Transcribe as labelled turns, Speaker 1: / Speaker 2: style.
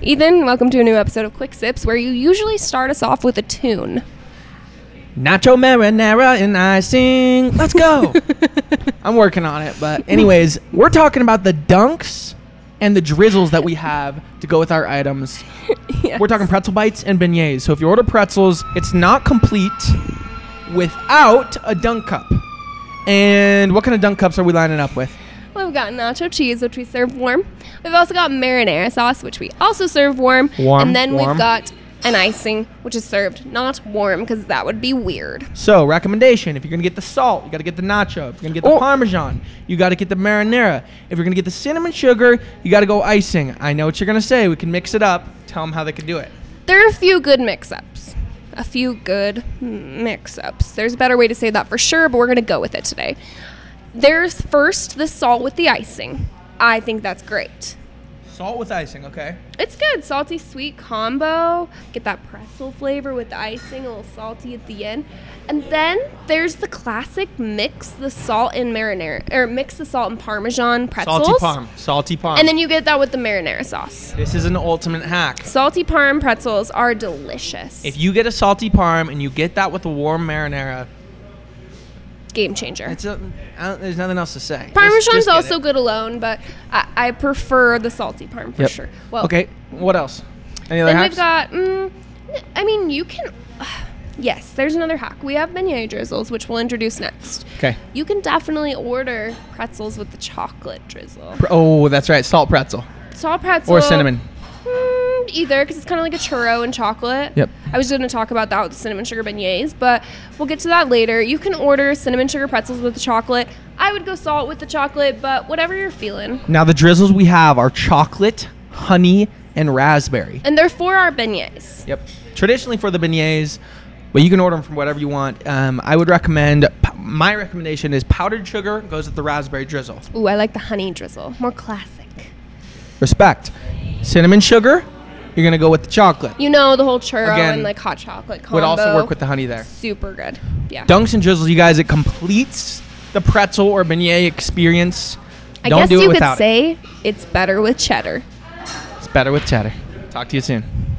Speaker 1: Ethan, welcome to a new episode of Quick Sips, where you usually start us off with a tune.
Speaker 2: Nacho marinara and I sing. Let's go. I'm working on it, but anyways, we're talking about the dunks and the drizzles that we have to go with our items.
Speaker 1: Yes.
Speaker 2: We're talking pretzel bites and beignets. So if you order pretzels, it's not complete without a dunk cup. And what kind of dunk cups are we lining up with?
Speaker 1: We've got nacho cheese, which we serve warm. We've also got marinara sauce, which we also serve warm.
Speaker 2: Warm,
Speaker 1: And then
Speaker 2: warm.
Speaker 1: we've got an icing, which is served not warm because that would be weird.
Speaker 2: So, recommendation if you're gonna get the salt, you gotta get the nacho. If you're gonna get the
Speaker 1: Oh.
Speaker 2: parmesan, you gotta get the marinara. If you're gonna get the cinnamon sugar, you gotta go icing. I know what you're gonna say. We can mix it up. Tell them how they can do it.
Speaker 1: There are a few good mix ups. A few good mix ups. There's a better way to say that for sure, but we're going to go with it today. There's first the salt with the icing. I think that's great.
Speaker 2: Salt with icing, okay?
Speaker 1: It's good. Salty sweet combo. Get that pretzel flavor with the icing, a little salty at the end. And then there's the classic mix the salt and marinara, or mix the salt and parmesan pretzels.
Speaker 2: Salty parm.
Speaker 1: And then you get that with the marinara sauce.
Speaker 2: this is an ultimate hack.
Speaker 1: Salty parm pretzels are delicious.
Speaker 2: If you get a salty parm and you get that with a warm marinara,
Speaker 1: Game changer.
Speaker 2: it's a, I don't, there's nothing else to say. Just-
Speaker 1: Parmesan's
Speaker 2: just get
Speaker 1: also
Speaker 2: it.
Speaker 1: good alone, but I, I prefer the salty parm for
Speaker 2: Yep.
Speaker 1: sure. Well,
Speaker 2: okay, what else? Any other
Speaker 1: Then
Speaker 2: hacks?
Speaker 1: we've got. Mm, n- I mean, you can. yes, there's another hack. We have beignet drizzles, which we'll introduce next.
Speaker 2: okay.
Speaker 1: You can definitely order pretzels with the chocolate drizzle.
Speaker 2: Pr- Oh, that's right. Salt pretzel
Speaker 1: Salt pretzel
Speaker 2: or cinnamon.
Speaker 1: Mm, either, because it's kind of like a churro and chocolate.
Speaker 2: Yep.
Speaker 1: I was going to talk about that with the cinnamon sugar beignets, but we'll get to that later. You can order cinnamon sugar pretzels with the chocolate. I would go salt with the chocolate, but whatever you're feeling.
Speaker 2: Now the drizzles we have are chocolate, honey, and raspberry.
Speaker 1: And they're for our beignets.
Speaker 2: Yep. Traditionally for the beignets, but you can order them from whatever you want. Um, I would recommend. p- My recommendation is powdered sugar goes with the raspberry drizzle.
Speaker 1: Ooh, I like the honey drizzle. More classic.
Speaker 2: Respect. Cinnamon sugar. You're gonna go with the chocolate.
Speaker 1: You know, the whole churro
Speaker 2: Again,
Speaker 1: and like hot chocolate combo.
Speaker 2: Would also work with the honey there.
Speaker 1: Super good. Yeah.
Speaker 2: Dunks and drizzles, you guys. It completes the pretzel or beignet experience.
Speaker 1: I
Speaker 2: Don't
Speaker 1: guess
Speaker 2: do it
Speaker 1: you could
Speaker 2: without it.
Speaker 1: say it's better with cheddar.
Speaker 2: It's better with cheddar. Talk to you soon.